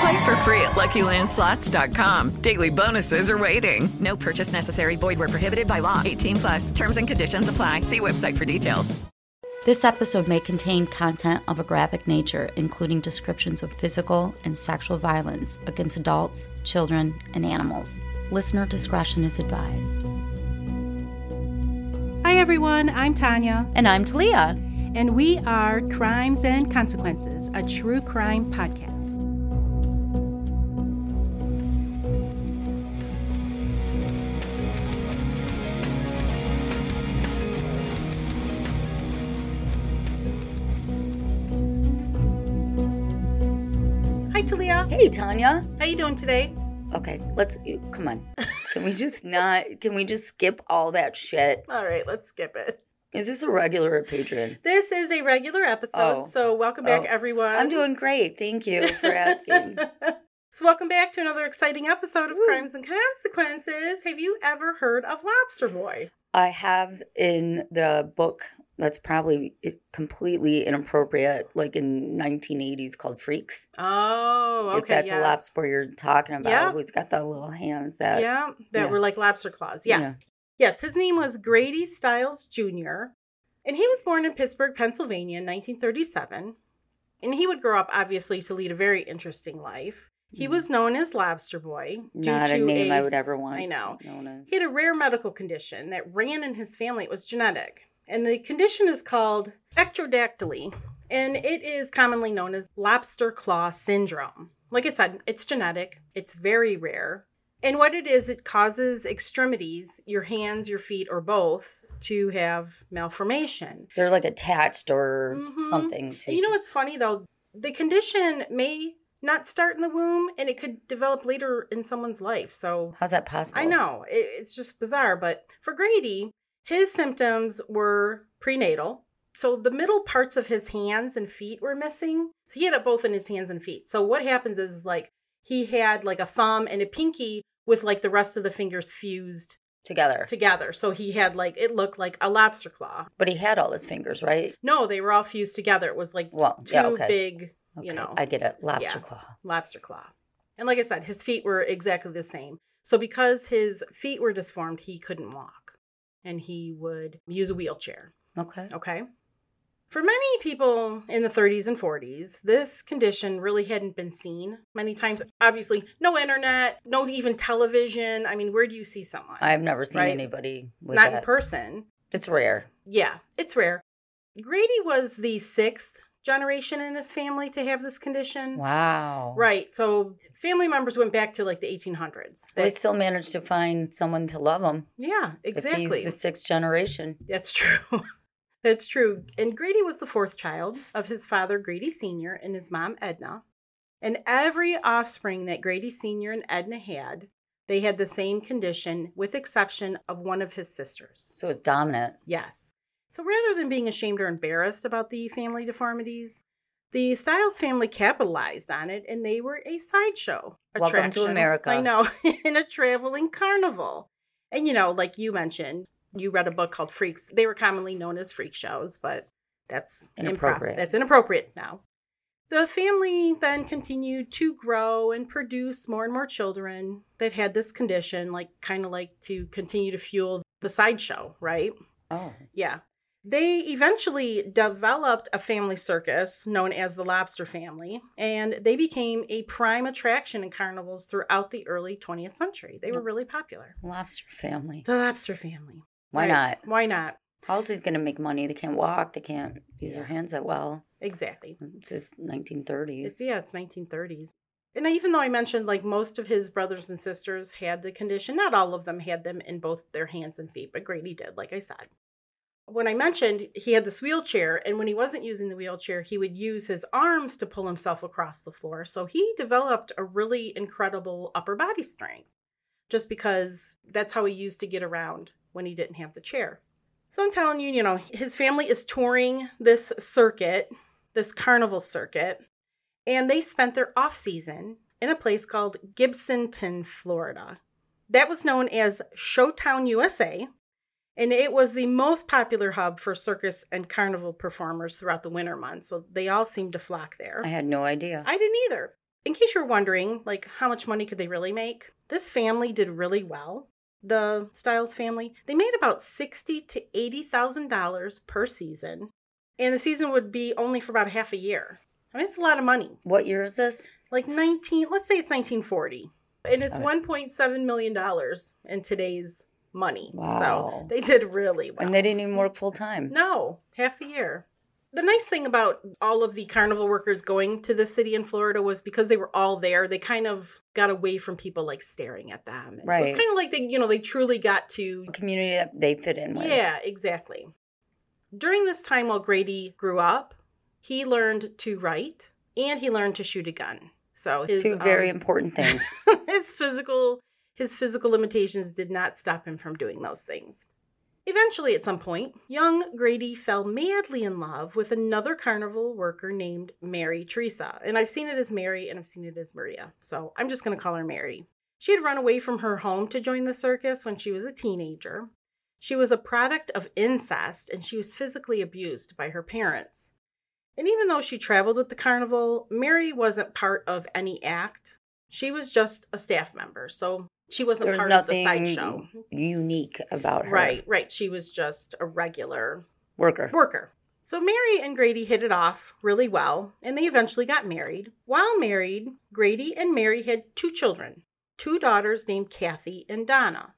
Play for free at LuckyLandSlots.com. Daily bonuses are waiting. No purchase necessary. Void where prohibited by law. 18 plus. Terms and conditions apply. See website for details. This episode may contain content of a graphic nature, including descriptions of physical and sexual violence against adults, children, and animals. Listener discretion is advised. Hi, everyone. I'm Tanya, And I'm Talia. and we are Crimes and Consequences, a true crime podcast. Hi, Talia. Hey, Tanya. How you doing today? Okay, let's you- come on. Can we just not? Can we just skip all that shit? All right, let's skip it. Is this a regular or patron? This is a regular episode, Oh. so welcome back, Oh. everyone. I'm doing great. Thank you for asking. So welcome back to another exciting episode of Woo. Crimes and Consequences. Have you ever heard of Lobster Boy? I have in the book that's probably completely inappropriate, like in 1980s, called Freaks. Oh, okay. if that's yes. a lobster you're talking about, Yeah. who's got the little hands that? yeah, that yeah. were like lobster claws. Yes. Yeah. Yes, his name was Grady Stiles Jr. And he was born in Pittsburgh, Pennsylvania in 1937. And he would grow up obviously to lead a very interesting life. He Mm. was known as Lobster Boy due Not to a name I I would ever want. I know. To be known as. He had a rare medical condition that ran in his family. It was genetic. And the condition is called ectrodactyly. And it is commonly known as lobster claw syndrome. Like I said, it's genetic, it's very rare. And what it is, it causes extremities, your hands, your feet, or both, to have malformation. They're like attached or Mhm. something to. You know what's funny though? The condition may not start in the womb and it could develop later in someone's life. So How's that possible? I know it, it's just bizarre, but for Grady, his symptoms were prenatal. So the middle parts of his hands and feet were missing. So he had it both in his hands and feet. So what happens is like he had like a thumb and a pinky with like the rest of the fingers fused Together. together. So he had like it looked like a lobster claw. But he had all his fingers, right? No, they were all fused together. It was like Well, two yeah, okay. big, you Okay, know, I get it. Lobster yeah. claw. lobster claw. And like I said, his feet were exactly the same. So because his feet were disformed, he couldn't walk and he would use a wheelchair. Okay. Okay. For many people in the 30s and 40s, this condition really hadn't been seen many times. Obviously, no internet, no even television. I mean, where do you see someone? I've never seen Right. anybody with Not that. in person. it's rare. Yeah, it's rare. Grady was the sixth generation in his family to have this condition. Wow. Mm-hmm. Right. So family members went back to like the 1800s. They They- still managed to find someone to love him. yeah, If he's exactly. the sixth generation. That's true. That's true. And Grady was the fourth child of his father, Grady Sr., and his mom, Edna. And every offspring that Grady Sr. and Edna had, they had the same condition, with exception of one of his sisters. So it's dominant. Yes. So rather than being ashamed or embarrassed about the family deformities, the Styles family capitalized on it and they were a sideshow. Welcome to attraction. America. I know, in a traveling carnival. And you know, like you mentioned, you read a book called Freaks. They were commonly known as freak shows, but that's impro- Inappropriate. that's inappropriate now. The family then continued to grow and produce more and more children that had this condition, like kind of like to continue to fuel the sideshow, right? Oh. Yeah. They eventually developed a family circus known as the Lobster Family, and they became a prime attraction in carnivals throughout the early Oh. 20th century. They were really popular. Lobster family. The Lobster Family. Why Right. not? Why not? How else is going to make money? They can't walk. They can't use their hands that well. Exactly. It's just 1930s. It's, yeah, it's 1930s. And even though I mentioned like most of his brothers and sisters had the condition, not all of them had them in both their hands and feet, but Grady did, like I said. When I mentioned he had this wheelchair, and when he wasn't using the wheelchair, he would use his arms to pull himself across the floor. So he developed a really incredible upper body strength just because that's how he used to get around when he didn't have the chair. So I'm telling you, you know, his family is touring this circuit, this carnival circuit, and they spent their off season in a place called Gibsonton, Florida. That was known as Showtown USA, and it was the most popular hub for circus and carnival performers throughout the winter months. So they all seemed to flock there. I had no idea. I didn't either. In case you're wondering, like how much money could they really make? This family did really well. The Styles family, they made about sixty to eighty thousand dollars per season, and the season would be only for about half a year. I mean, it's a lot of money. what year is this? Like nineteen, let's say it's nineteen forty, and it's Okay. one point seven million dollars in today's money. So Wow. they did really well. And they didn't even work full time. No, half the year. The nice thing about all of the carnival workers going to the city in Florida was because they were all there, they kind of got away from people like staring at them. It was Right. kind of like they, you know, they truly got to. Community that they fit in with. Yeah, exactly. During this time while Grady grew up, he learned to write and he learned to shoot a gun. So his Two very um, important things. his physical his physical limitations did not stop him from doing those things. Eventually, at some point, young Grady fell madly in love with another carnival worker named Mary Teresa. And I've seen it as Mary and I've seen it as Maria. So I'm just going to call her Mary. She had run away from her home to join the circus when she was a teenager. She was a product of incest and she was physically abused by her parents. And even though she traveled with the carnival, Mary wasn't part of any act. She was just a staff member. So she wasn't There was part nothing of the sideshow. unique about her. Right, right. She was just a regular Worker. worker. So Mary and Grady hit it off really well, and they eventually got married. While married, Grady and Mary had two children, two daughters named Kathy and Donna.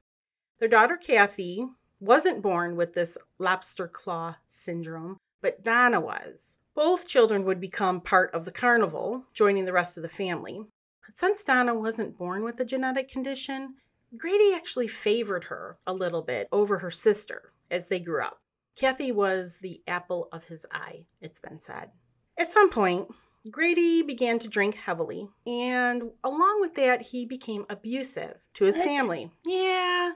Their daughter Kathy wasn't born with this lobster claw syndrome, but Donna was. Both children would become part of the carnival, joining the rest of the family. But since Donna wasn't born with the genetic condition, Grady actually favored her a little bit over her sister as they grew up. Kathy was the apple of his eye, it's been said. At some point, Grady began to drink heavily, and along with that, he became abusive to his What? family. Yeah.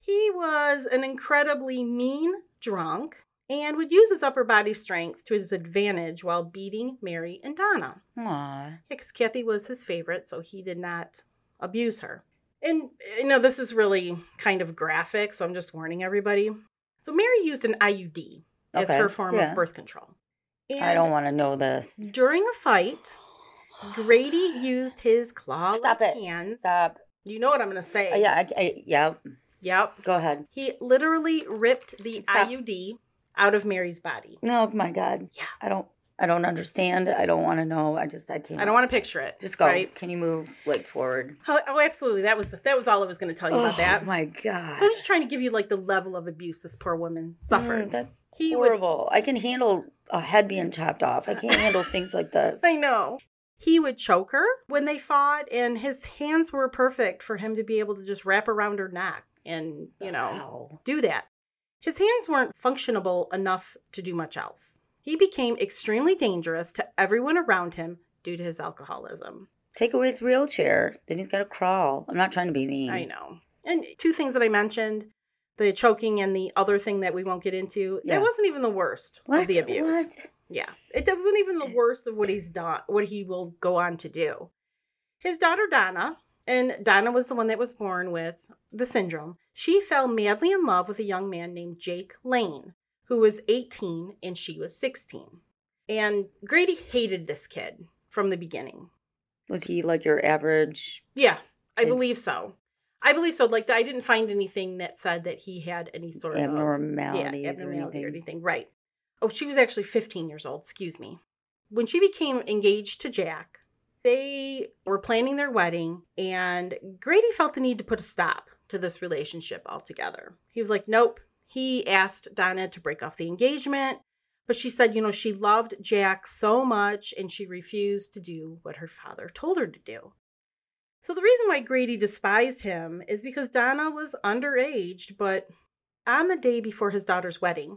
He was an incredibly mean drunk and would use his upper body strength to his advantage while beating Mary and Donna. Aw. Yeah, because Kathy was his favorite, so he did not abuse her. And, you know, this is really kind of graphic, so I'm just warning everybody. So Mary used an IUD as Okay, her form yeah. of birth control. And I don't want to know this. During a fight, Grady used his claw Stop it. hands. Stop. You know what I'm going to say. Uh, yeah. I, I, yeah. Yep. Go ahead. He literally ripped the Stop. IUD out of Mary's body. No, my God. Yeah. I don't. I don't understand. I don't want to know. I just. I can't. I don't want to picture it. Just go. Right? Can you move like forward? Oh, oh, absolutely. That was that was all I was going to tell you about that. Oh my God. I'm just trying to give you like the level of abuse this poor woman suffered. Mm, that's He would- horrible. I can handle a head being chopped off. I can't handle things like this. I know. He would choke her when they fought, and his hands were perfect for him to be able to just wrap around her neck and, you know, Wow. do that. His hands weren't functionable enough to do much else. He became extremely dangerous to everyone around him due to his alcoholism. Take away his wheelchair. Then he's got to crawl. I'm not trying to be mean. I know. And two things that I mentioned the choking and the other thing that we won't get into, Yeah. that wasn't even the worst What? of the abuse. What? Yeah, it wasn't even the worst of what he's done, what he will go on to do. His daughter Donna, and Donna was the one that was born with the syndrome. She fell madly in love with a young man named Jake Lane, who was 18 and she was 16. And Grady hated this kid from the beginning. Was he like your average? Yeah, I Kid. believe so. I believe so. Like I didn't find anything that said that he had any sort of yeah, Abnormalities or abnormality or anything. anything. Right. Oh, she was actually 15 years old. Excuse me. When she became engaged to Jack, they were planning their wedding, and Grady felt the need to put a stop to this relationship altogether. He was like, "Nope, He asked Donna to break off the engagement, but she said, you know, she loved Jack so much and she refused to do what her father told her to do. So the reason why Grady despised him is because Donna was underage, but on the day before his daughter's wedding,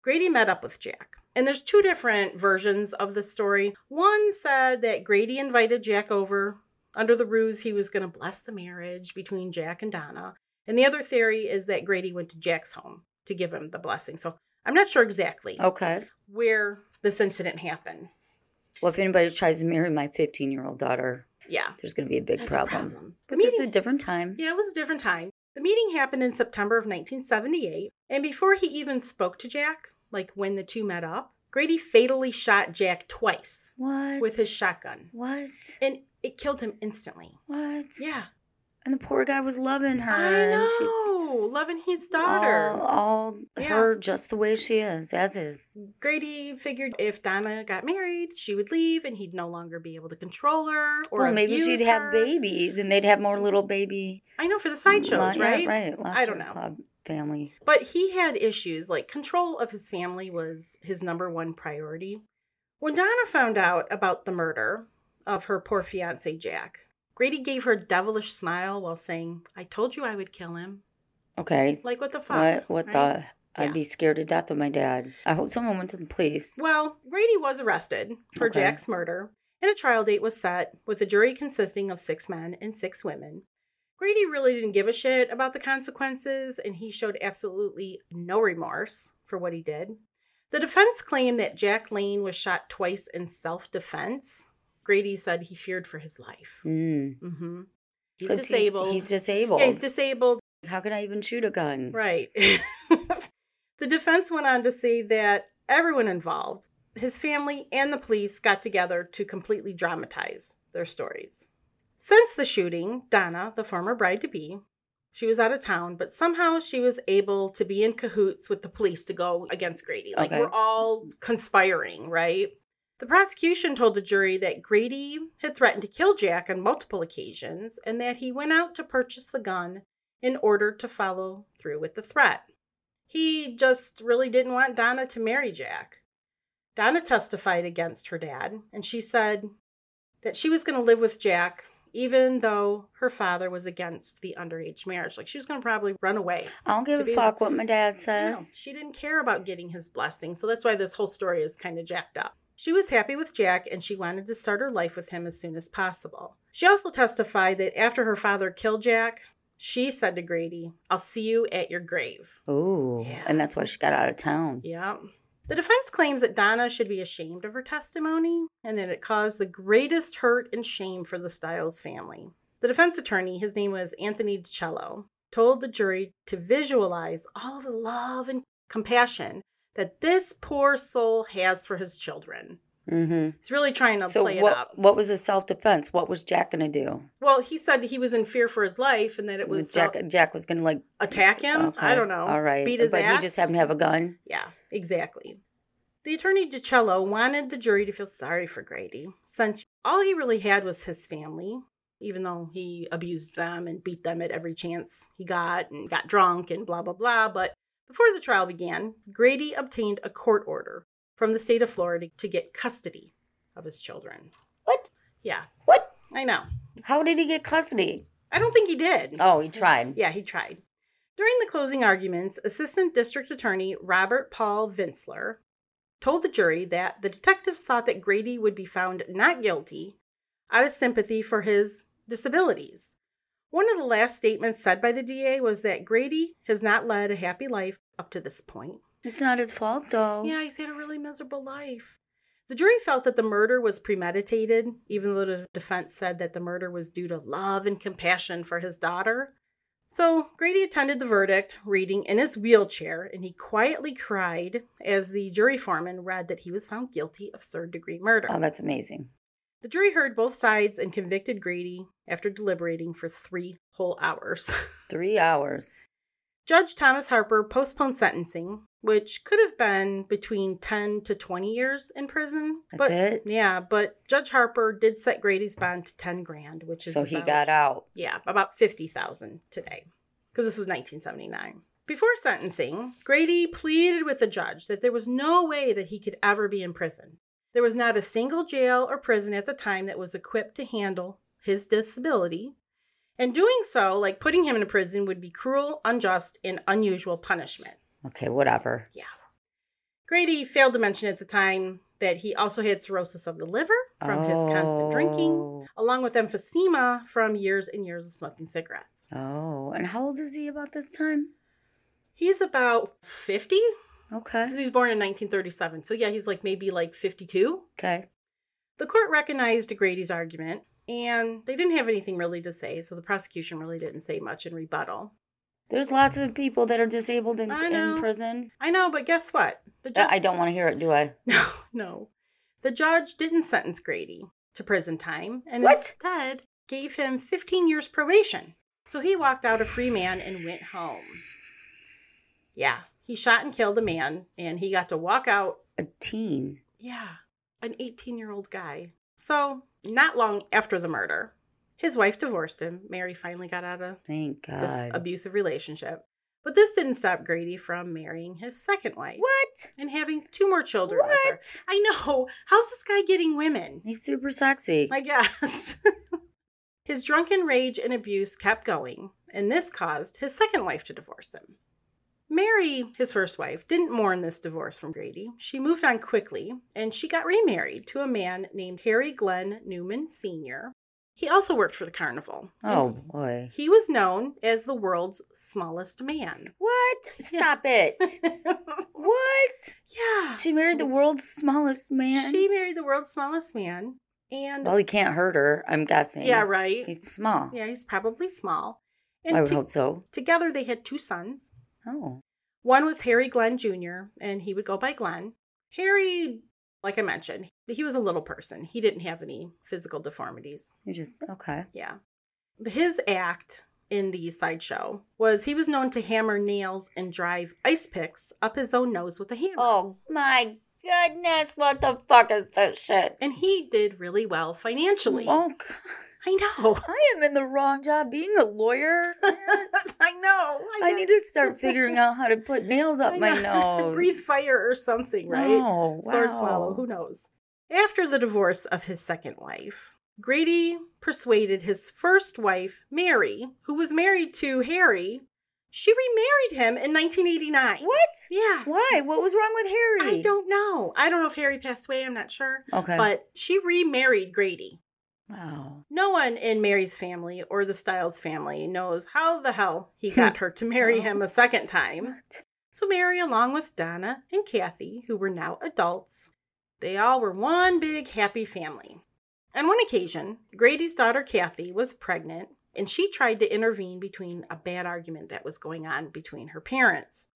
Grady met up with Jack. And there's two different versions of the story. One said that Grady invited Jack over under the ruse he was going to bless the marriage between Jack and Donna. And the other theory is that Grady went to Jack's home to give him the blessing. So I'm not sure exactly Okay. where this incident happened. Well, if anybody tries to marry my 15 year old daughter, Yeah. there's going to be a big That's a problem. problem. The But it's a meeting- different time. Yeah, it was a different time. The meeting happened in September of 1978, and before he even spoke to Jack, like when the two met up, Grady fatally shot Jack twice What? with his shotgun. What? And it killed him instantly. What? Yeah. And the poor guy was loving her. I and she's know. Loving his daughter. All, all Yeah. her just the way she is, as is. Grady figured if Donna got married, she would leave and he'd no longer be able to control her or Well, maybe abuse she'd have her. babies and they'd have more little baby. I know for the sideshows, lo- yeah, right? right. I don't lobster know. Club family. But he had issues. Like control of his family was his number one priority. When Donna found out about the murder of her poor fiance Jack, Grady gave her a devilish smile while saying, "I told you I would kill him." Okay. Like what the fuck? What, what right? the? Yeah. I'd be scared to death of my dad. I hope someone went to the police. Well, Grady was arrested for Okay. Jack's murder, and a trial date was set with a jury consisting of six men and six women. Grady really didn't give a shit about the consequences, and he showed absolutely no remorse for what he did. The defense claimed that Jack Lane was shot twice in self defense. Grady said he feared for his life. Mm. hmm He's 'Cause disabled. He's, disabled. Yeah, he's disabled. How can I even shoot a gun? Right. the defense went on to say that everyone involved, his family and the police, got together to completely dramatize their stories. Since the shooting, Donna, the former bride to be, she was out of town, but somehow she was able to be in cahoots with the police to go against Grady. Like, Okay. we're all conspiring, right? The prosecution told the jury that Grady had threatened to kill Jack on multiple occasions and that he went out to purchase the gun in order to follow through with the threat. He just really didn't want Donna to marry Jack. Donna testified against her dad, and she said that she was going to live with Jack even though her father was against the underage marriage. Like she was going to probably run away. I don't give To a be- fuck what my dad No, says. she didn't care about getting his blessing, so that's why this whole story is kind of jacked up. She was happy with Jack and she wanted to start her life with him as soon as possible. She also testified that after her father killed Jack, she said to Grady, I'll see you at your grave. Ooh. Yeah. And that's why she got out of town. Yep. The defense claims that Donna should be ashamed of her testimony and that it caused the greatest hurt and shame for the Stiles family. The defense attorney, his name was Anthony DiCello, told the jury to visualize all of the love and compassion that this poor soul has for his children. Mm-hmm. He's really trying to so play what, it up. what was the self-defense what was jack gonna do Well, he said he was in fear for his life and that it was was jack uh, jack was gonna like attack him. I okay, don't know. all right Beat his but ass. he just happened to have a gun Yeah, exactly. The attorney DiCello wanted the jury to feel sorry for Grady, since all he really had was his family, even though he abused them and beat them at every chance he got and got drunk and blah, blah, blah. But before the trial began, Grady obtained a court order from the state of Florida to get custody of his children. what Yeah, what I know. how did he get custody I don't think he did. oh he tried Yeah, he tried. During the closing arguments, Assistant District Attorney Robert Paul Vinsler told the jury that the detectives thought that Grady would be found not guilty out of sympathy for his disabilities. One of the last statements said by the DA was that Grady has not led a happy life up to this point. it's not his fault though Yeah, he's had a really miserable life. The jury felt that the murder was premeditated, even though the defense said that the murder was due to love and compassion for his daughter. So Grady attended the verdict reading in his wheelchair, and he quietly cried as the jury foreman read that he was found guilty of third degree murder. oh that's amazing the jury heard both sides and convicted Grady after deliberating for three whole hours. three hours Judge Thomas Harper postponed sentencing, which could have been between 10 to 20 years in prison. That's but, it? Yeah, but Judge Harper did set Grady's bond to 10 grand, which is so he about- got out yeah, about 50,000 today because this was 1979. Before sentencing, Grady pleaded with the judge that there was no way that he could ever be in prison. There was not a single jail or prison at the time that was equipped to handle his disability. And doing so, like putting him in a prison, would be cruel, unjust, and unusual punishment. Okay, whatever. Grady failed to mention at the time that he also had cirrhosis of the liver from his constant drinking, Oh. along with emphysema from years and years of smoking cigarettes. Oh, and how old is he about this time? He's about 50 Okay. 'cause he was born in 1937. So, yeah, he's like maybe like 52. Okay. The court recognized Grady's argument, and they didn't have anything really to say, so the prosecution really didn't say much in rebuttal. There's lots of people that are disabled in, I in know. prison. I know, but guess what? The Uh, I I don't want to hear it, do I? No, no. The judge didn't sentence Grady to prison time and What? instead gave him 15 years probation. So he walked out a free man and went home. Yeah, he shot and killed a man and he got to walk out, A teen. yeah, an 18 year old guy. So, not long after the murder, his wife divorced him. Mary finally got out of Thank God. this abusive relationship. But this didn't stop Grady from marrying his second wife what? and having two more children with her. What? I know. How's this guy getting women? He's super sexy. I guess. his drunken rage and abuse kept going, and this caused his second wife to divorce him. Mary, his first wife, didn't mourn this divorce from Grady. She moved on quickly, and she got remarried to a man named Harry Glenn Newman Sr. He also worked for the carnival. oh boy. He was known as the world's smallest man. What? Stop it. what? yeah. She married the world's smallest man. She married the world's smallest man, and well, he can't hurt her. I'm guessing. yeah, right. He's small. Yeah, he's probably small. I And would to- hope so. together they had two sons. Oh. One was Harry Glenn Jr., and he would go by Glenn. Harry, like I mentioned, he was a little person. He didn't have any physical deformities. You just okay. Yeah. His act in the sideshow was he was known to hammer nails and drive ice picks up his own nose with a hammer. Oh my goodness, what the fuck is this shit? And he did really well financially. Oh, God. I know. I am in the wrong job being a lawyer. I know. I need to start figuring out how to put nails up I my know. nose. Breathe fire or something, right? No, Sword wow. swallow, who knows? After the divorce of his second wife, Grady persuaded his first wife, Mary, who was married to Harry. She remarried him in 1989. What? Yeah. Why? What was wrong with Harry? I don't know. I don't know if Harry passed away. I'm not sure. Okay. But she remarried Grady. Wow. No one in Mary's family or the Styles family knows how the hell he got her to marry him a second time. What? So Mary, along with Donna and Kathy, who were now adults, they all were one big happy family. On one occasion, Grady's daughter Kathy was pregnant and she tried to intervene between a bad argument that was going on between her parents.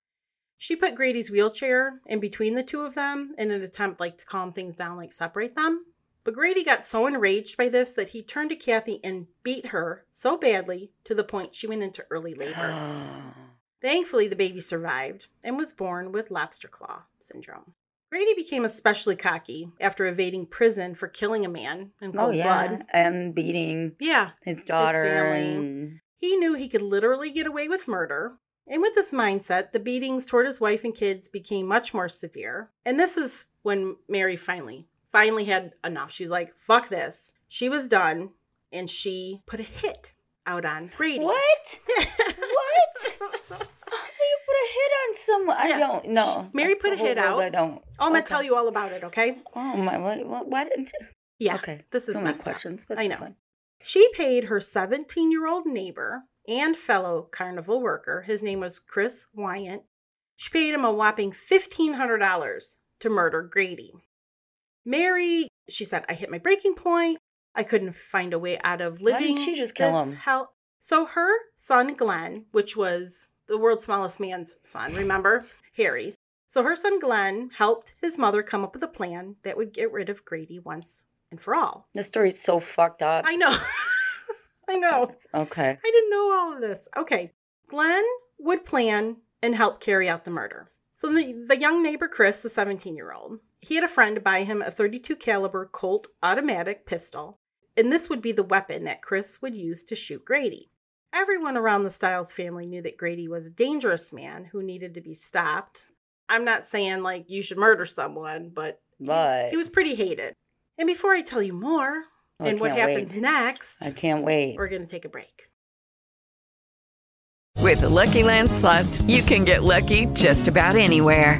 She put Grady's wheelchair in between the two of them in an attempt like to calm things down, like separate them. But Grady got so enraged by this that he turned to Kathy and beat her so badly to the point she went into early labor. Thankfully, the baby survived and was born with lobster claw syndrome. Grady became especially cocky after evading prison for killing a man in Oh cold yeah, blood. and beating Yeah. his daughter family. and He knew he could literally get away with murder. And with this mindset, the beatings toward his wife and kids became much more severe. And this is when Mary finally, finally had enough. She's like, fuck this. She was done. And she put a hit out on Grady. what? what? How do you put a hit on someone? I Yeah. don't know. Mary put a hit out. I don't. I'm going Okay. to tell you all about it, okay? Oh my! Why, why why didn't? Yeah. Okay. This is so many messed up. questions, but I it's know. fine. She paid her 17 year old neighbor and fellow carnival worker, his name was Chris Wyant, she paid him a whopping $1,500 to murder Grady. Mary, she said, I hit my breaking point. I couldn't find a way out of Why living. didn't she just kill this him? hell." So her son, Glenn, which was the world's smallest man's son, remember? Harry. So her son, Glenn, helped his mother come up with a plan that would get rid of Grady once and for all. This story's so fucked up. I know. I know. Okay. I didn't know all of this. Okay. Glenn would plan and help carry out the murder. So the, the young neighbor Chris, the 17-year-old, he had a friend buy him a 32 caliber Colt automatic pistol, and this would be the weapon that Chris would use to shoot Grady. Everyone around the Stiles family knew that Grady was a dangerous man who needed to be stopped. I'm not saying like you should murder someone, but But he was pretty hated. And before I tell you more Oh, I and what can't wait. happens next, I can't wait. we're going to take a break. With the Lucky Land slots, you can get lucky just about anywhere.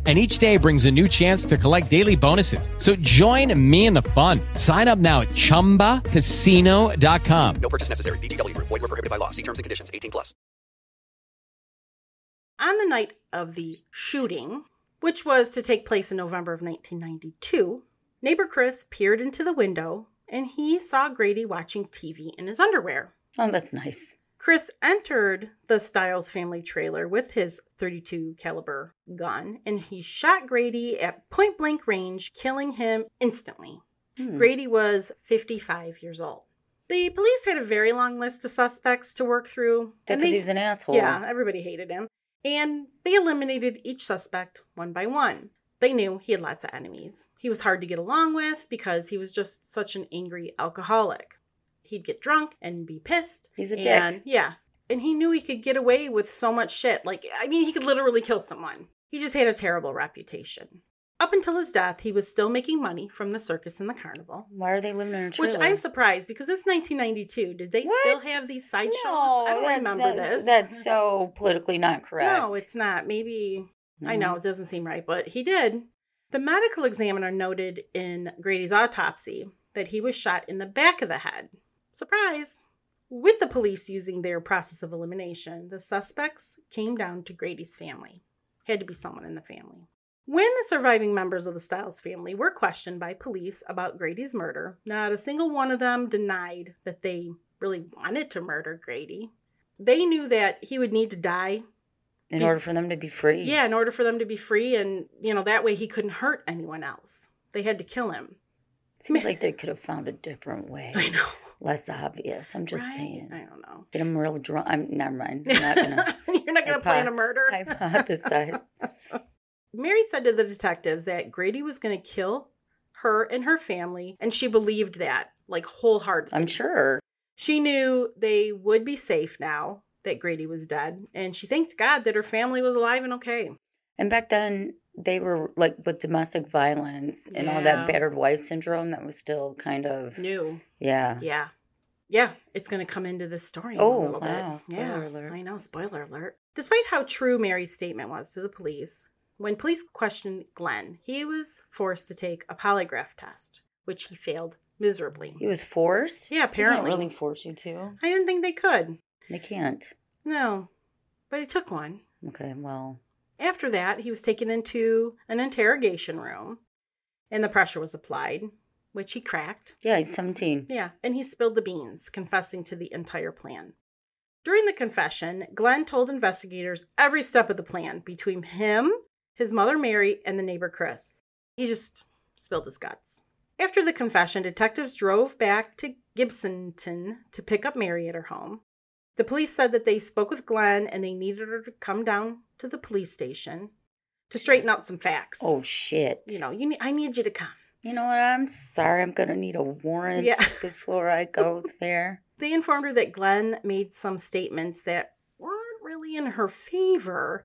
And each day brings a new chance to collect daily bonuses. So join me in the fun. Sign up now at chumbacasino.com. On the night of the shooting, which was to take place in November of 1992, neighbor Chris peered into the window and he saw Grady watching TV in his underwear. Oh, that's nice. Chris entered the Stiles family trailer with his 32 caliber gun and he shot Grady at point blank range, killing him instantly. Hmm. Grady was 55 years old. The police had a very long list of suspects to work through. and Because they- he was an asshole. yeah, everybody hated him. And they eliminated each suspect one by one. They knew he had lots of enemies. He was hard to get along with because he was just such an angry alcoholic. He'd get drunk and be pissed. He's a and, dick. Yeah. And he knew he could get away with so much shit. Like, I mean, he could literally kill someone. He just had a terrible reputation. Up until his death, he was still making money from the circus and the carnival. Why are they living in a trailer? Which I'm surprised because it's 1992. Did they still What? have these sideshows? No, I don't that's- remember that's- this. That's so politically not correct. No, it's not. Maybe I Mhm. know it doesn't seem right, but he did. The medical examiner noted in Grady's autopsy that he was shot in the back of the head. Surprise! With the police using their process of elimination, the suspects came down to Grady's family. Had to be someone in the family. When the surviving members of the Stiles family were questioned by police about Grady's murder, not a single one of them denied that they really wanted to murder Grady. They knew that he would need to die in order for them to be free. yeah, in order for them to be free, and you know that way he couldn't hurt anyone else. They had to kill him. seems like they could have found a different way, I know. less obvious. I'm just right? I saying. don't know. Get him real drunk. I'm never mind. I'm not gonna You're not going to plan a hypo- murder. Hypothesize. Mary said to the detectives that Grady was going to kill her and her family, and she believed that like wholeheartedly. I'm sure. She knew they would be safe now that Grady was dead, and she thanked God that her family was alive and okay. And back then, they were like with domestic violence and all Yeah. that battered wife syndrome that was still kind of Knew yeah. Yeah. Yeah, it's going to come into this story. in Oh, a little bit. wow, spoiler Yeah, alert. I know, spoiler alert. Despite how true Mary's statement was to the police, when police questioned Glenn, he was forced to take a polygraph test, which he failed miserably. He was forced. Yeah, apparently. They can't really force you to. I didn't think they could. They can't. No, but he took one. Okay. Well, After that, he was taken into an interrogation room and the pressure was applied, which he cracked. yeah. He's 17. Yeah, and he spilled the beans, confessing to the entire plan. During the confession, Glenn told investigators every step of the plan between him, his mother Mary, and the neighbor Chris. He just spilled his guts. After the confession, detectives drove back to Gibsonton to pick up Mary at her home. The police said that they spoke with Glenn and they needed her to come down to the police station to straighten out some facts. Oh shit. you know, you need, I need you to come. You know what? I'm sorry. I'm gonna need a warrant Yeah. before I go there. They informed her that Glenn made some statements that weren't really in her favor.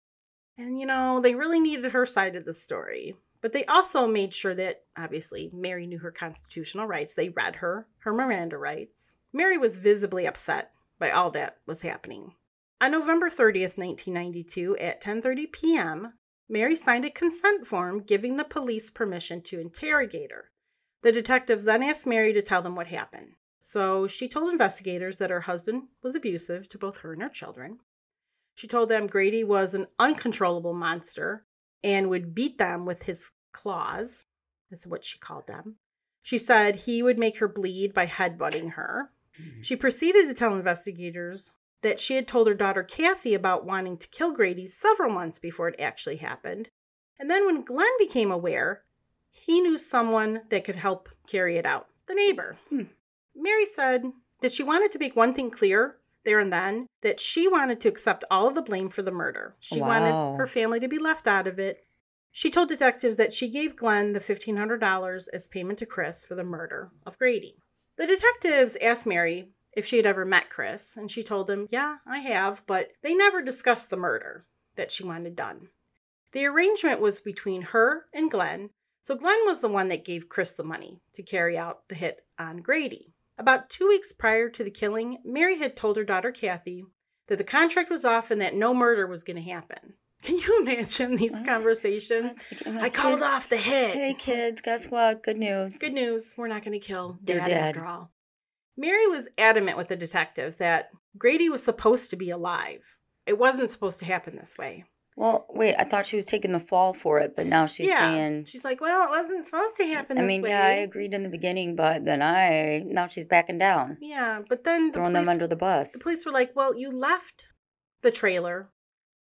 And, you know, they really needed her side of the story. But they also made sure that, obviously, Mary knew her constitutional rights. They read her, her Miranda rights. Mary was visibly upset by all that was happening. On November 30th, 1992, at 10:30 p.m., Mary signed a consent form giving the police permission to interrogate her. The detectives then asked Mary to tell them what happened. So she told investigators that her husband was abusive to both her and her children. She told them Grady was an uncontrollable monster and would beat them with his claws, is what she called them. She said he would make her bleed by headbutting her. She proceeded to tell investigators that she had told her daughter Kathy about wanting to kill Grady several months before it actually happened. And then when Glenn became aware, he knew someone that could help carry it out the neighbor. Mary said that she wanted to make one thing clear there and then that she wanted to accept all of the blame for the murder. She Wow. wanted her family to be left out of it. She told detectives that she gave Glenn the $1,500 as payment to Chris for the murder of Grady. The detectives asked Mary if she had ever met Chris, and she told them, Yeah, I have, but they never discussed the murder that she wanted done. The arrangement was between her and Glenn, so Glenn was the one that gave Chris the money to carry out the hit on Grady. About two weeks prior to the killing, Mary had told her daughter Kathy that the contract was off and that no murder was going to happen. Can you imagine these conversations? I called off the hit. Hey kids, guess what? Good news. Good news. We're not going to kill They're dad, dead. after all. Mary was adamant with the detectives that Grady was supposed to be alive. It wasn't supposed to happen this way. Well, wait, I thought she was taking the fall for it, but now she's yeah. saying She's like, well, it wasn't supposed to happen I this mean, way. yeah, I agreed in the beginning, but then I now she's backing down, Yeah, but then the throwing police, them under the bus. the police were like, well, you left the trailer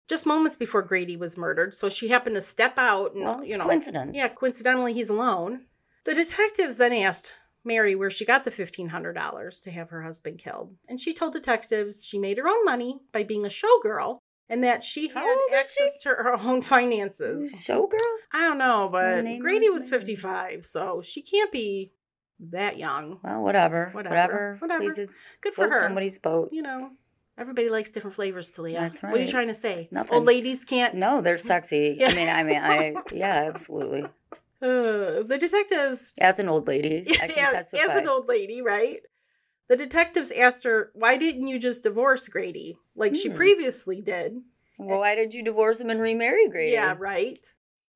just moments before Grady was murdered, so she happened to step out and Well, it's you know coincidence. Yeah, coincidentally he's alone. The detectives then asked Mary where she got the $1500 to have her husband killed, and she told detectives she made her own money by being a showgirl and that she How had old is she? access to her own finances. Showgirl? I don't know, but name Grady was was Mary. 55, so she can't be that young. Well, whatever. Whatever. Whatever. Whatever. Pleases Good for float her. somebody's boat. You know, everybody likes different flavors, Talia. That's What are you right. trying to say? Nothing. Old ladies can't No, they're sexy. Yeah. I mean, I mean, I yeah, absolutely. Uh, the detectives, As an old lady, I can as, testify. an old lady, right? The detectives asked her, "Why didn't you just divorce Grady like she Hmm. previously did?" well, why did you divorce him and remarry Grady? Yeah, right.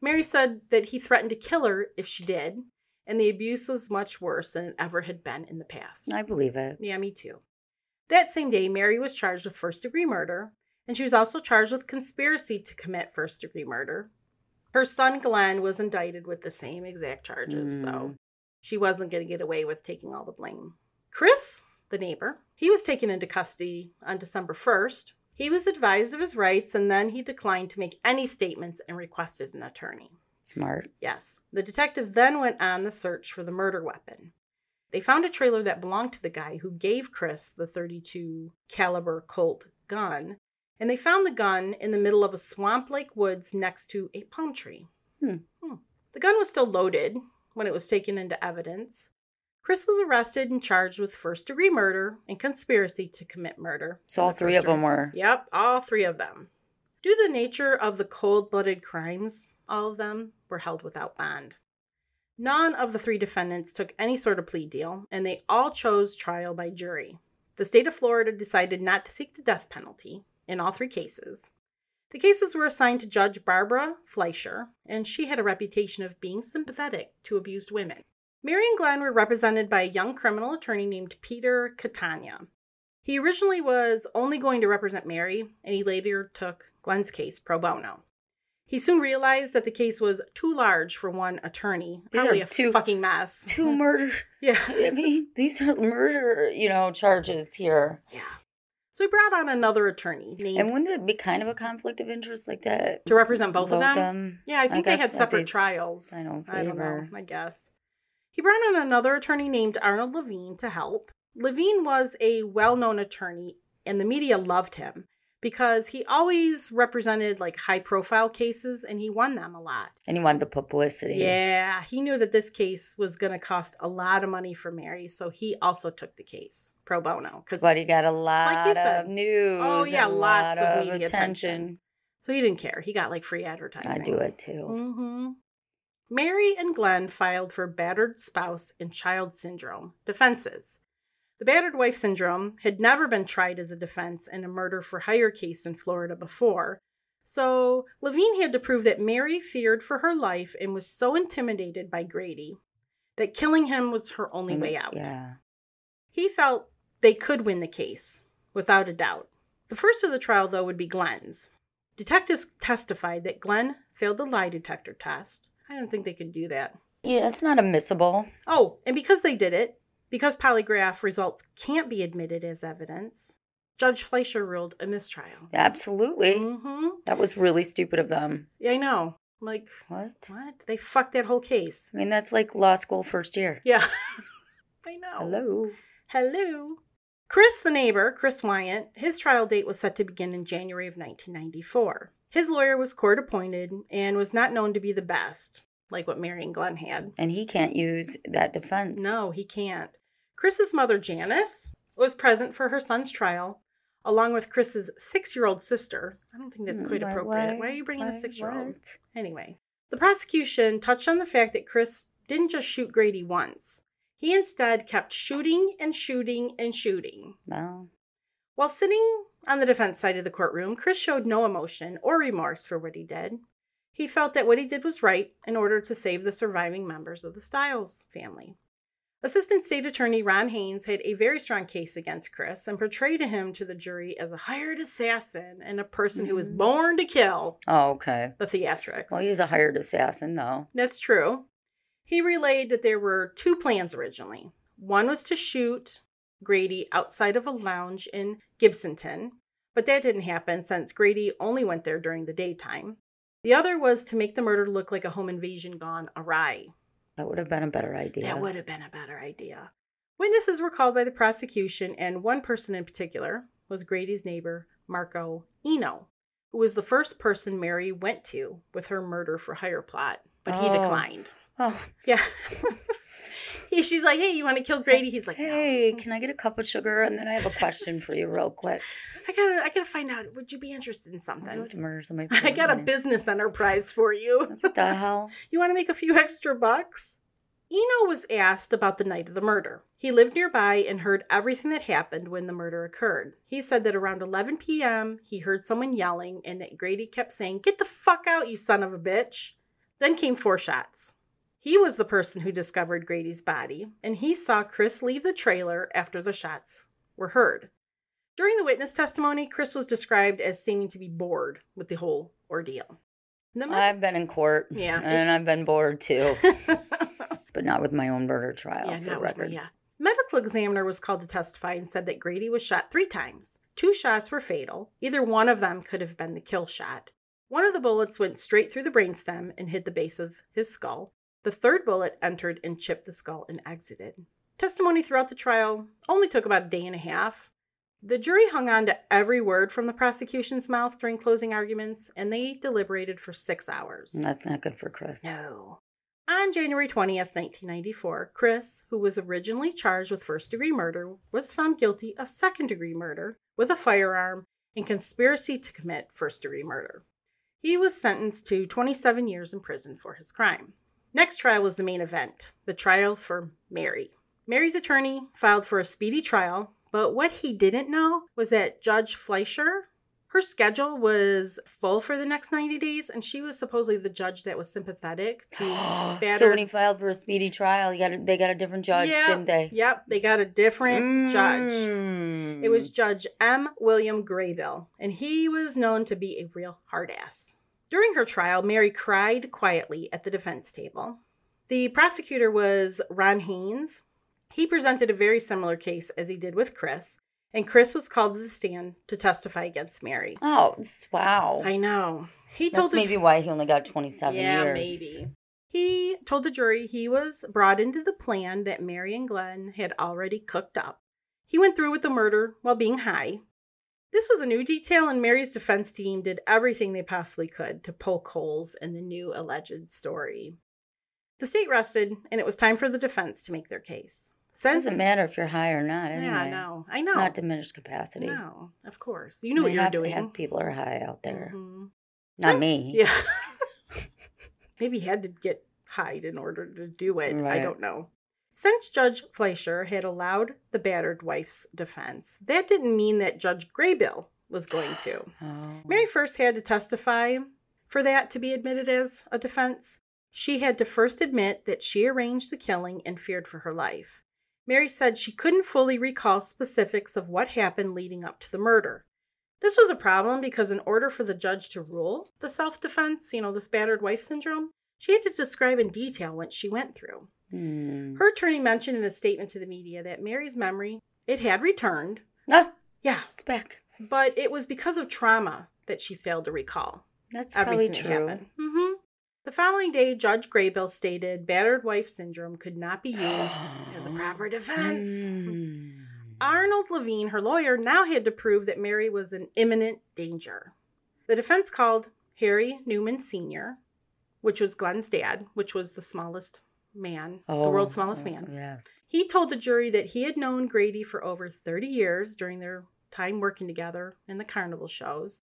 Mary said that he threatened to kill her if she did, and the abuse was much worse than it ever had been in the past. I believe it. Yeah, me too. That same day, Mary was charged with first degree murder, and she was also charged with conspiracy to commit first degree murder. Her son Glenn was indicted with the same exact charges, so Mm. she wasn't going to get away with taking all the blame. Chris, the neighbor, he was taken into custody on December 1st. He was advised of his rights, and then he declined to make any statements and requested an attorney. Smart. Yes. The detectives then went on the search for the murder weapon. They found a trailer that belonged to the guy who gave Chris the 32 caliber Colt gun, and they found the gun in the middle of a swamp-like woods next to a palm tree. Hmm. The gun was still loaded when it was taken into evidence. Chris was arrested and charged with first-degree murder and conspiracy to commit murder. So all The three first of them degree- were. Yep, all three of them. Due to the nature of the cold blooded crimes, all of them were held without bond. None of the three defendants took any sort of plea deal, and they all chose trial by jury. The state of Florida decided not to seek the death penalty in all three cases. The cases were assigned to Judge Barbara Fleischer, and she had a reputation of being sympathetic to abused women. Mary and Glenn were represented by a young criminal attorney named Peter Catania. He originally was only going to represent Mary, and he later took Glenn's case pro bono. He soon realized that the case was too large for one attorney. These are Probably a two- fucking mess. Two murder. yeah. I mean, these are murder, you know, charges here. Yeah. So he brought on another attorney named And wouldn't that be kind of a conflict of interest like that? to represent both, of them. Yeah, I think they guess had that separate they'd trials. sign on I don't know. favor. I guess he brought on another attorney named Arnold Levine to help. Levine was a well-known attorney, and the media loved him because he always represented like high-profile cases, and he won them a lot. And he wanted the publicity. Yeah, he knew that this case was going to cost a lot of money for Mary, so he also took the case pro bono because But he got a lot Like you said. of news. Oh, yeah, a lots lot of of, media attention. attention. so he didn't care. He got like free advertising. I do it too. hmm Mary and Glenn filed for battered spouse and child syndrome defenses. The battered wife syndrome had never been tried as a defense in a murder for hire case in Florida before, so Levine had to prove that Mary feared for her life and was so intimidated by Grady that killing him was her only And- way out. Yeah. He felt they could win the case, without a doubt. The first of the trial, though, would be Glenn's. Detectives testified that Glenn failed the lie detector test. I didn't think they could do that. Yeah, it's not admissible. Oh, and because they did it, because polygraph results can't be admitted as evidence, Judge Fleischer ruled a mistrial. Absolutely. Mm-hmm. That was really stupid of them. Yeah, I know. I'm like, What? what? They fucked that whole case. I mean, that's like law school first year. Yeah. I know. Hello. Hello. Chris, the neighbor, Chris Wyant, his trial date was set to begin in January of 1994. His lawyer was court appointed and was not known to be the best, like what Mary and Glenn had. And he can't use that defense. No, he can't. Chris's mother, Janice, was present for her son's trial, along with Chris's six year old sister. I don't think that's Mm, quite why- appropriate. why- Why are you bringing a why- six year old? what? Anyway, the prosecution touched on the fact that Chris didn't just shoot Grady once, he instead kept shooting and shooting and shooting. No. While sitting on the defense side of the courtroom, Chris showed no emotion or remorse for what he did. He felt that what he did was right in order to save the surviving members of the Stiles family. Assistant State Attorney Ron Haynes had a very strong case against Chris and portrayed him to the jury as a hired assassin and a person who was born to kill Oh, okay. the theatrics. Well, he's a hired assassin, though. That's true. He relayed that there were two plans originally. One was to shoot Grady outside of a lounge in Gibsonton, but that didn't happen since Grady only went there during the daytime. The other was to make the murder look like a home invasion gone awry. That would have been a better idea. That would have been a better idea. Witnesses were called by the prosecution, and one person in particular was Grady's neighbor, Marco Eno, who was the first person Mary went to with her murder for hire plot, but he Oh. declined. Oh, Yeah. He- She's like, hey, you want to kill Grady? He's like, hey, hey, can I get a cup of sugar? And then I have a question for you, real quick. I gotta, I gotta find out. Would you be interested in I would something? murder somebody. for I got a money. business enterprise for you. What the hell? You want to make a few extra bucks? Eno was asked about the night of the murder. He lived nearby and heard everything that happened when the murder occurred. He said that around 11 p.m., he heard someone yelling and that Grady kept saying, Get the fuck out, you son of a bitch. Then came four shots. He was the person who discovered Grady's body, and he saw Chris leave the trailer after the shots were heard. During the witness testimony, Chris was described as seeming to be bored with the whole ordeal. The murder- I've been in court. Yeah. And I've been bored too, but not with my own murder trial. Yeah, for not the with me, record. yeah. Medical examiner was called to testify and said that Grady was shot three times. Two shots were fatal. Either one of them could have been the kill shot. One of the bullets went straight through the brainstem and hit the base of his skull. The third bullet entered and chipped the skull and exited. Testimony throughout the trial only took about a day and a half. The jury hung on to every word from the prosecution's mouth during closing arguments, and they deliberated for six hours. And that's not good for Chris. No. On January 20th, 1994, Chris, who was originally charged with first degree murder, was found guilty of second degree murder with a firearm and conspiracy to commit first degree murder. He was sentenced to 27 years in prison for his crime. Next trial was the main event the trial for Mary. Mary's attorney filed for a speedy trial, but what he didn't know was that Judge Fleischer, her schedule was full for the next 90 days, and she was supposedly the judge that was sympathetic to battered. So when he filed for a speedy trial, he got a, they got a different judge, Yep, didn't they? Yep, they got a different judge. Mm. It was Judge M. William Graybill, and he was known to be a real hard ass. During her trial, Mary cried quietly at the defense table. The prosecutor was Ron Haynes. He presented a very similar case as he did with Chris, and Chris was called to the stand to testify against Mary. Oh, it's- wow. I know. He That's told the- maybe why he only got 27 years. maybe. He told the jury he was brought into the plan that Mary and Glenn had already cooked up. He went through with the murder while being high. This was a new detail, and Mary's defense team did everything they possibly could to poke holes in the new alleged story. The state rested, and it was time for the defense to make their case. It Since doesn't matter if you're high or not. Anyway. yeah, no, I know, It's not diminished capacity. no, of course, you know what They you're have- doing. Have people are high out there. Mhm. Not me. Yeah. Maybe he had to get hide in order to do it. I Right. don't know. Since Judge Fleischer had allowed the battered wife's defense, that didn't mean that Judge Graybill was going to. Oh. Mary first had to testify for that to be admitted as a defense. She had to first admit that she arranged the killing and feared for her life. Mary said she couldn't fully recall specifics of what happened leading up to the murder. This was a problem because, in order for the judge to rule the self defense, you know, the battered wife syndrome, she had to describe in detail what she went through. Hmm. Her attorney mentioned in a statement to the media that Mary's memory it had returned. Ah, Yeah, it's back. but it was because of trauma that she failed to recall. That's probably everything that true. happened. hmm The following day, Judge Graybill stated battered wife syndrome could not be used as a proper defense. Mm. Arnold Levine, her lawyer, now had to prove that Mary was in imminent danger. The defense called Harry Newman Sr., which was Glenn's dad, which was the smallest man, the Oh, world's smallest oh, man. Yes. He told the jury that he had known Grady for over 30 years during their time working together in the carnival shows.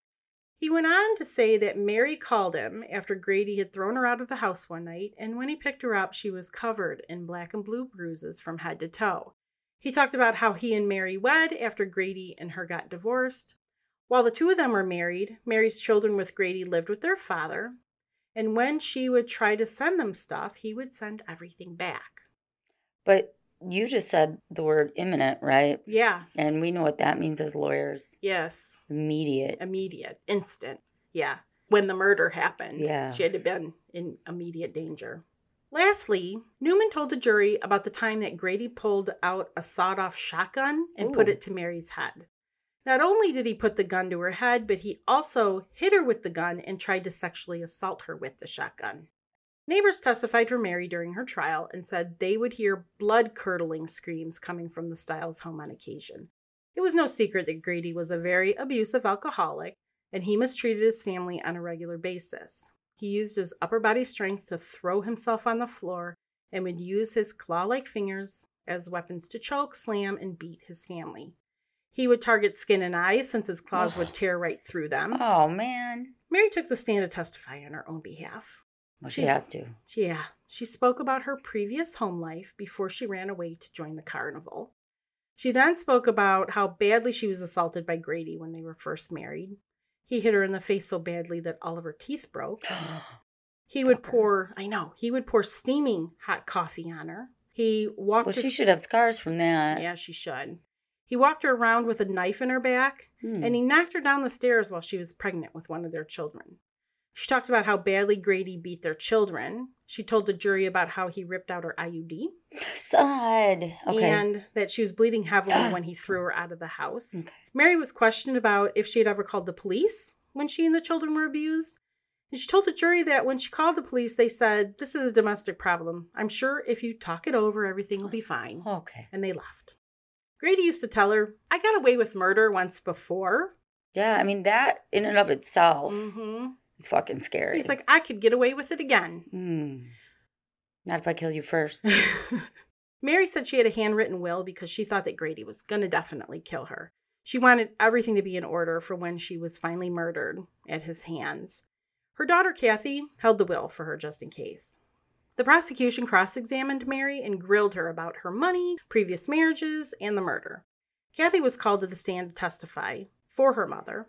He went on to say that Mary called him after Grady had thrown her out of the house one night, and when he picked her up, she was covered in black and blue bruises from head to toe. He talked about how he and Mary wed after Grady and her got divorced. While the two of them were married, Mary's children with Grady lived with their father, and when she would try to send them stuff, he would send everything back. But you just said the word imminent, right? Yeah, And we know what that means as lawyers. yes. Immediate. immediate, instant. Yeah. When the murder happened, Yes. she had to been in immediate danger. Lastly, Newman told the jury about the time that Grady pulled out a sawed off shotgun and put Ooh. it to Mary's head. Not only did he put the gun to her head, but he also hit her with the gun and tried to sexually assault her with the shotgun. Neighbors testified for Mary during her trial and said they would hear blood curdling screams coming from the Stiles home on occasion. It was no secret that Grady was a very abusive alcoholic and he mistreated his family on a regular basis. He used his upper body strength to throw himself on the floor and would use his claw like fingers as weapons to choke, slam, and beat his family. He would target skin and eyes since his claws would tear right through them. Oh man. Mary took the stand to testify on her own behalf. Well, she She- has to. Yeah, she spoke about her previous home life before she ran away to join the carnival. She then spoke about how badly she was assaulted by Grady when they were first married. He hit her in the face so badly that all of her teeth broke. He would Bummer. pour, I know, he would pour steaming hot coffee on her. He walked Well, her- she should have scars from that. Yeah, she should. He walked her around with a knife in her back Hmm. and he knocked her down the stairs while she was pregnant with one of their children. She talked about how badly Grady beat their children. She told the jury about how he ripped out her IUD Sod. Okay. and that she was bleeding heavily when he threw her out of the house. Mary was questioned about if she had ever called the police when she and the children were abused. And she told the jury that when she called the police, they said, This is a domestic problem. I'm sure if you talk it over, everything will be Oh, fine okay. and they left. Grady used to tell her, I got away with murder once before. Yeah, I mean that in and of itself hmm is fucking scary. He's like, I could get away with it again. Hmm. Not if I kill you first. Mary said she had a handwritten will because she thought that Grady was going to definitely kill her. She wanted everything to be in order for when she was finally murdered at his hands. Her daughter Kathy held the will for her just in case. The prosecution cross examined Mary and grilled her about her money, previous marriages, and the murder. Kathy was called to the stand to testify for her mother.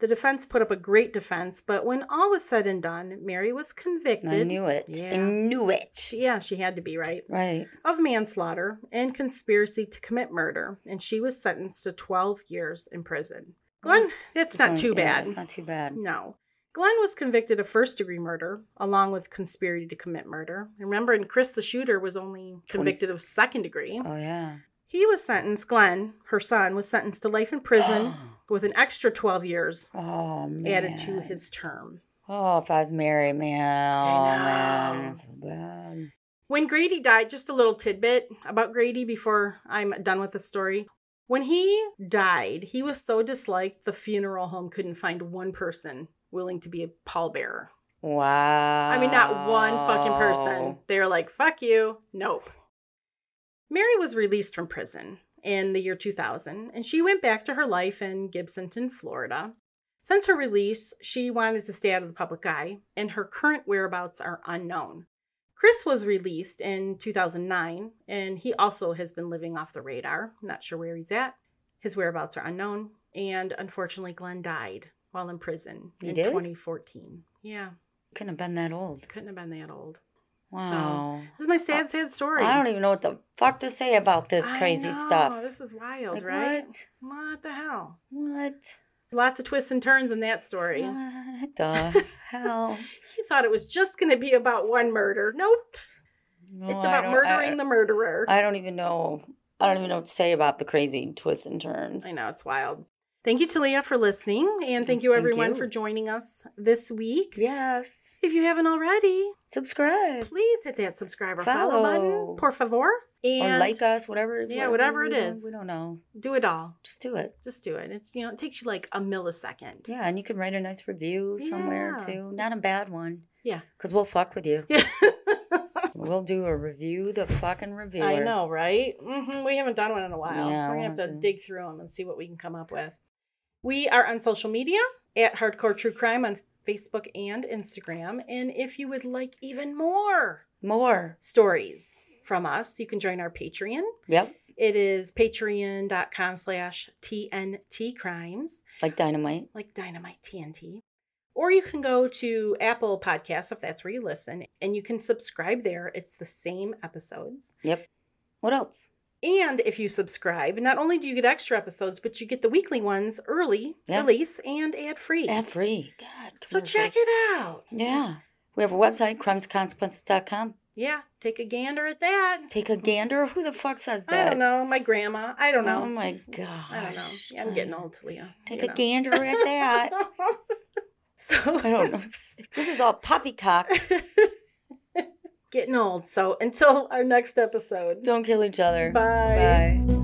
The defense put up a great defense, but when all was said and done, Mary was convicted. I knew it. I Yeah. knew it. yeah, she had to be right Right. of manslaughter and conspiracy to commit murder, and she was sentenced to 12 years in prison. Glenn, It's- that's it's not only- too yeah, bad. It's not too bad. No. Glenn was convicted of first degree murder along with conspiracy to commit murder. Remember, and Chris the shooter was only convicted of second degree. Oh yeah. He was sentenced, Glenn, her son, was sentenced to life in prison with an extra 12 years Oh man. added to his term. Oh, if I was Mary, man. Oh I know. man. I feel bad. When Grady died, just a little tidbit about Grady before I'm done with the story. When he died, he was so disliked the funeral home couldn't find one person willing to be a pallbearer. Wow. I mean, not one fucking person. Oh. They were like, fuck you. Nope. Mary was released from prison in the year 2000, and she went back to her life in Gibsonton, Florida. Since her release, she wanted to stay out of the public eye, and her current whereabouts are unknown. Chris was released in 2009, and he also has been living off the radar. Not sure where he's at. His whereabouts are unknown. And unfortunately, Glenn died while in prison He in did? 2014. Yeah. Couldn't have been that old. Couldn't have been that old. Wow. This is my sad, sad story. I don't even know what the fuck to say about this I crazy know, stuff. This is wild, Like, right? what? What the hell? What Lots of twists and turns in that story. the hell? He thought it was just going to be about one murder. Nope. No, it's I about don't- murdering I- the murderer. I don't even know. I don't even know what to say about the crazy twists and turns. I know, it's wild. Thank you, Talia, for listening. And thank you, Thank everyone, you. for joining us this week. Yes. If you haven't already, Subscribe. please hit that subscribe or follow, Follow. button, por favor. And or like us, whatever. Yeah, whatever it we don't- is. We don't know. do it all. Just do it. Just do it. It's you know, it takes you like a millisecond. Yeah, and you can write a nice review somewhere Yeah. too. Not a bad one, Yeah. because we'll fuck with you. Yeah. We'll do a review, the fucking review. I know, right? hmm We haven't done one in a while. Yeah, We're we'll gonna have to, have to. dig through them and see what we can come up with. We are on social media at Hardcore True Crime on Facebook and Instagram. And if you would like even more More. stories from us, you can join our Patreon. Yep. It is patreon.com slash TNT crimes, Like dynamite. like dynamite TNT. Or you can go to Apple Podcasts if that's where you listen, and you can subscribe there. It's the same episodes. Yep. What else? And if you subscribe, not only do you get extra episodes, but you get the weekly ones early Yeah. release and ad free. Ad free. God. so check commercials. it out. Yeah. We have a website, crimesconsequences.com. Yeah, take a gander at that. Take a gander. Who the fuck says I that? don't know. My grandma. I don't know. Oh my gosh. I don't know. Yeah, I'm getting old, Leah. Take you a know. gander at that. so I don't know. This is all poppycock. Getting old. So until our next episode. Don't kill each other. Bye. Bye.